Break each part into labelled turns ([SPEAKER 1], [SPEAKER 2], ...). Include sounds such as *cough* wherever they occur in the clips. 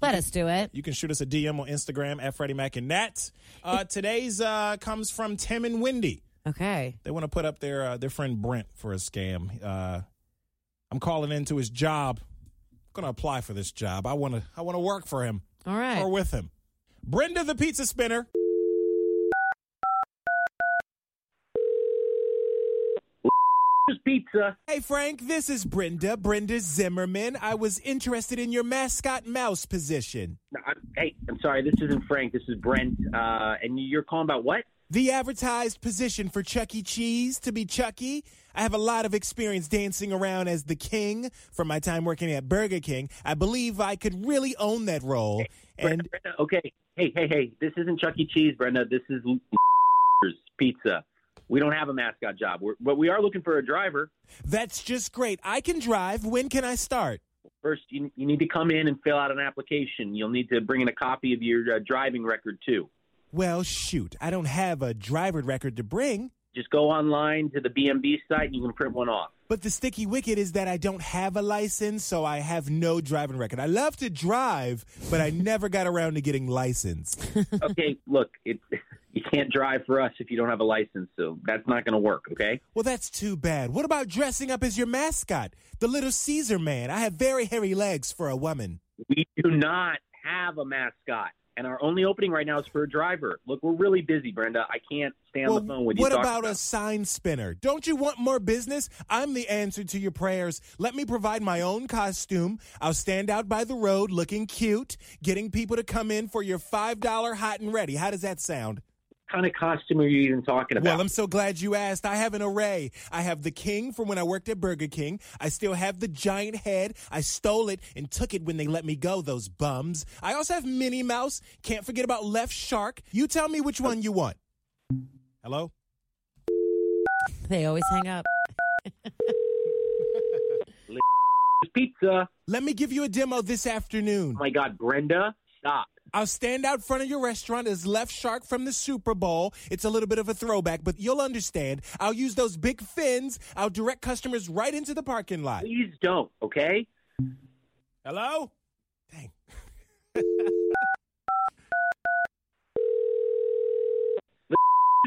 [SPEAKER 1] Let us do it.
[SPEAKER 2] You can shoot us a DM on Instagram at Freddie Mac and Nat. Uh, today's uh, comes from Tim and Wendy.
[SPEAKER 1] Okay.
[SPEAKER 2] They want to put up their uh, their friend Brent for a scam. Uh, I'm calling into his job. I'm gonna apply for this job. I wanna I wanna work for him
[SPEAKER 1] All right.
[SPEAKER 2] or with him. Brenda the pizza spinner.
[SPEAKER 3] pizza.
[SPEAKER 2] Hey Frank, this is Brenda. Brenda Zimmerman. I was interested in your mascot mouse position.
[SPEAKER 3] No, I'm, hey, I'm sorry. This isn't Frank. This is Brent. Uh, and you're calling about what?
[SPEAKER 2] The advertised position for Chuck E. Cheese to be Chucky. I have a lot of experience dancing around as the king from my time working at Burger King. I believe I could really own that role. And
[SPEAKER 3] Brenda, Brenda, okay. Hey, hey, hey. This isn't Chuck E. Cheese, Brenda. This is Pizza. We don't have a mascot job, We're, but we are looking for a driver.
[SPEAKER 2] that's just great. I can drive. When can I start?
[SPEAKER 3] First, you, you need to come in and fill out an application. You'll need to bring in a copy of your uh, driving record too.
[SPEAKER 2] Well, shoot. I don't have a driver record to bring,
[SPEAKER 3] Just go online to the BMB site and you can print one off.
[SPEAKER 2] but the sticky wicket is that I don't have a license, so I have no driving record. I love to drive, but I never got around to getting licensed.
[SPEAKER 3] okay, look, it, *laughs* you can't drive for us if you don't have a license, so that's not going to work. Okay.
[SPEAKER 2] Well, that's too bad. What about dressing up as your mascot, the Little Caesar man? I have very hairy legs for a woman.
[SPEAKER 3] We do not have a mascot, and our only opening right now is for a driver. Look, we're really busy, Brenda. I can't stay on
[SPEAKER 2] well,
[SPEAKER 3] the phone with you.
[SPEAKER 2] what
[SPEAKER 3] talking
[SPEAKER 2] about a sign spinner? Don't you want more business? I'm the answer to your prayers. Let me provide my own costume. I'll stand out by the road looking cute, getting people to come in for your $5 hot and ready. How does that sound?
[SPEAKER 3] What kind of costume are you even talking about?
[SPEAKER 2] Well, I'm so glad you asked. I have an array. I have the king from when I worked at Burger King. I still have the giant head. I stole it and took it when they let me go, those bums. I also have Minnie Mouse. Can't forget about Left Shark. You tell me which one you want. Hello?
[SPEAKER 1] They always hang up.
[SPEAKER 3] pizza.
[SPEAKER 2] Let me give you a demo this afternoon.
[SPEAKER 3] Oh my God, Brenda, stop.
[SPEAKER 2] I'll stand out front of your restaurant as Left Shark from the Super Bowl. It's a little bit of a throwback, but you'll understand. I'll use those big fins. I'll direct customers right into the parking lot.
[SPEAKER 3] Please don't. Okay.
[SPEAKER 2] Hello? Dang.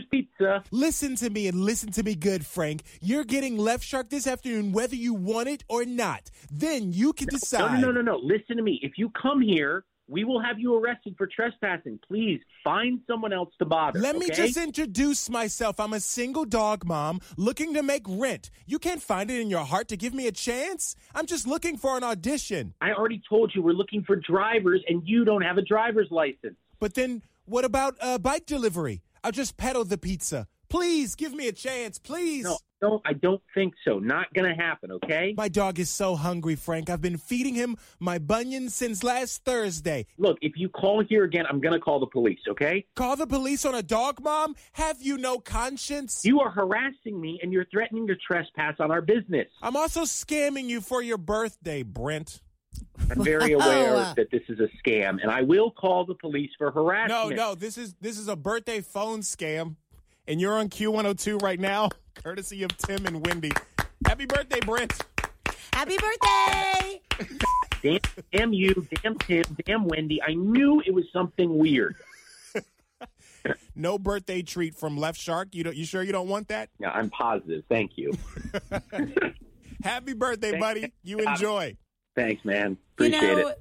[SPEAKER 3] Pizza.
[SPEAKER 2] Listen to me and listen to me good, Frank. You're getting Left Shark this afternoon, whether you want it or not. Then you can
[SPEAKER 3] No,
[SPEAKER 2] decide.
[SPEAKER 3] no, no, no, no. Listen to me. If you come here, we will have you arrested for trespassing. Please find someone else to bother.
[SPEAKER 2] Let me
[SPEAKER 3] okay?
[SPEAKER 2] just introduce myself. I'm a single dog mom looking to make rent. You can't find it in your heart to give me a chance. I'm just looking for an audition.
[SPEAKER 3] I already told you we're looking for drivers, and you don't have a driver's license.
[SPEAKER 2] But then what about uh, bike delivery? I'll just pedal the pizza. Please give me a chance, please.
[SPEAKER 3] No, no, I don't think so. Not going to happen. Okay.
[SPEAKER 2] My dog is so hungry, Frank. I've been feeding him my bunions since last Thursday.
[SPEAKER 3] Look, if you call here again, I'm going to call the police. Okay.
[SPEAKER 2] Call the police on a dog mom? Have you no conscience?
[SPEAKER 3] You are harassing me, and you're threatening to trespass on our business.
[SPEAKER 2] I'm also scamming you for your birthday, Brent.
[SPEAKER 3] I'm very aware that this is a scam, and I will call the police for
[SPEAKER 2] No,
[SPEAKER 3] harassment.
[SPEAKER 2] no, this is this is a birthday phone scam. And you're on Q102 right now, *laughs* courtesy of Tim and Wendy. Happy birthday, Brent.
[SPEAKER 1] Happy birthday!
[SPEAKER 3] Damn, damn you, damn Tim, damn Wendy. I knew it was something weird.
[SPEAKER 2] No birthday treat from Left Shark. You don't, you sure you don't want that?
[SPEAKER 3] Yeah, I'm positive. Thank you.
[SPEAKER 2] Happy birthday, buddy. You enjoy.
[SPEAKER 3] Thanks, man. Appreciate
[SPEAKER 1] you know,
[SPEAKER 3] it.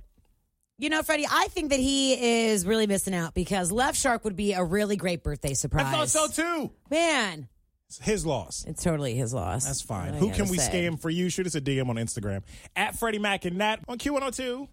[SPEAKER 1] You know, Freddie, I think that he is really missing out because Left Shark would be a really great birthday surprise.
[SPEAKER 2] I thought so too.
[SPEAKER 1] Man,
[SPEAKER 2] It's his loss.
[SPEAKER 1] it's totally his loss.
[SPEAKER 2] That's
[SPEAKER 1] What
[SPEAKER 2] fine.
[SPEAKER 1] I
[SPEAKER 2] Who
[SPEAKER 1] gotta
[SPEAKER 2] can we
[SPEAKER 1] say.
[SPEAKER 2] scam for you? Shoot us a DM on oh Instagram at Freddie Mac and Nat on Q102.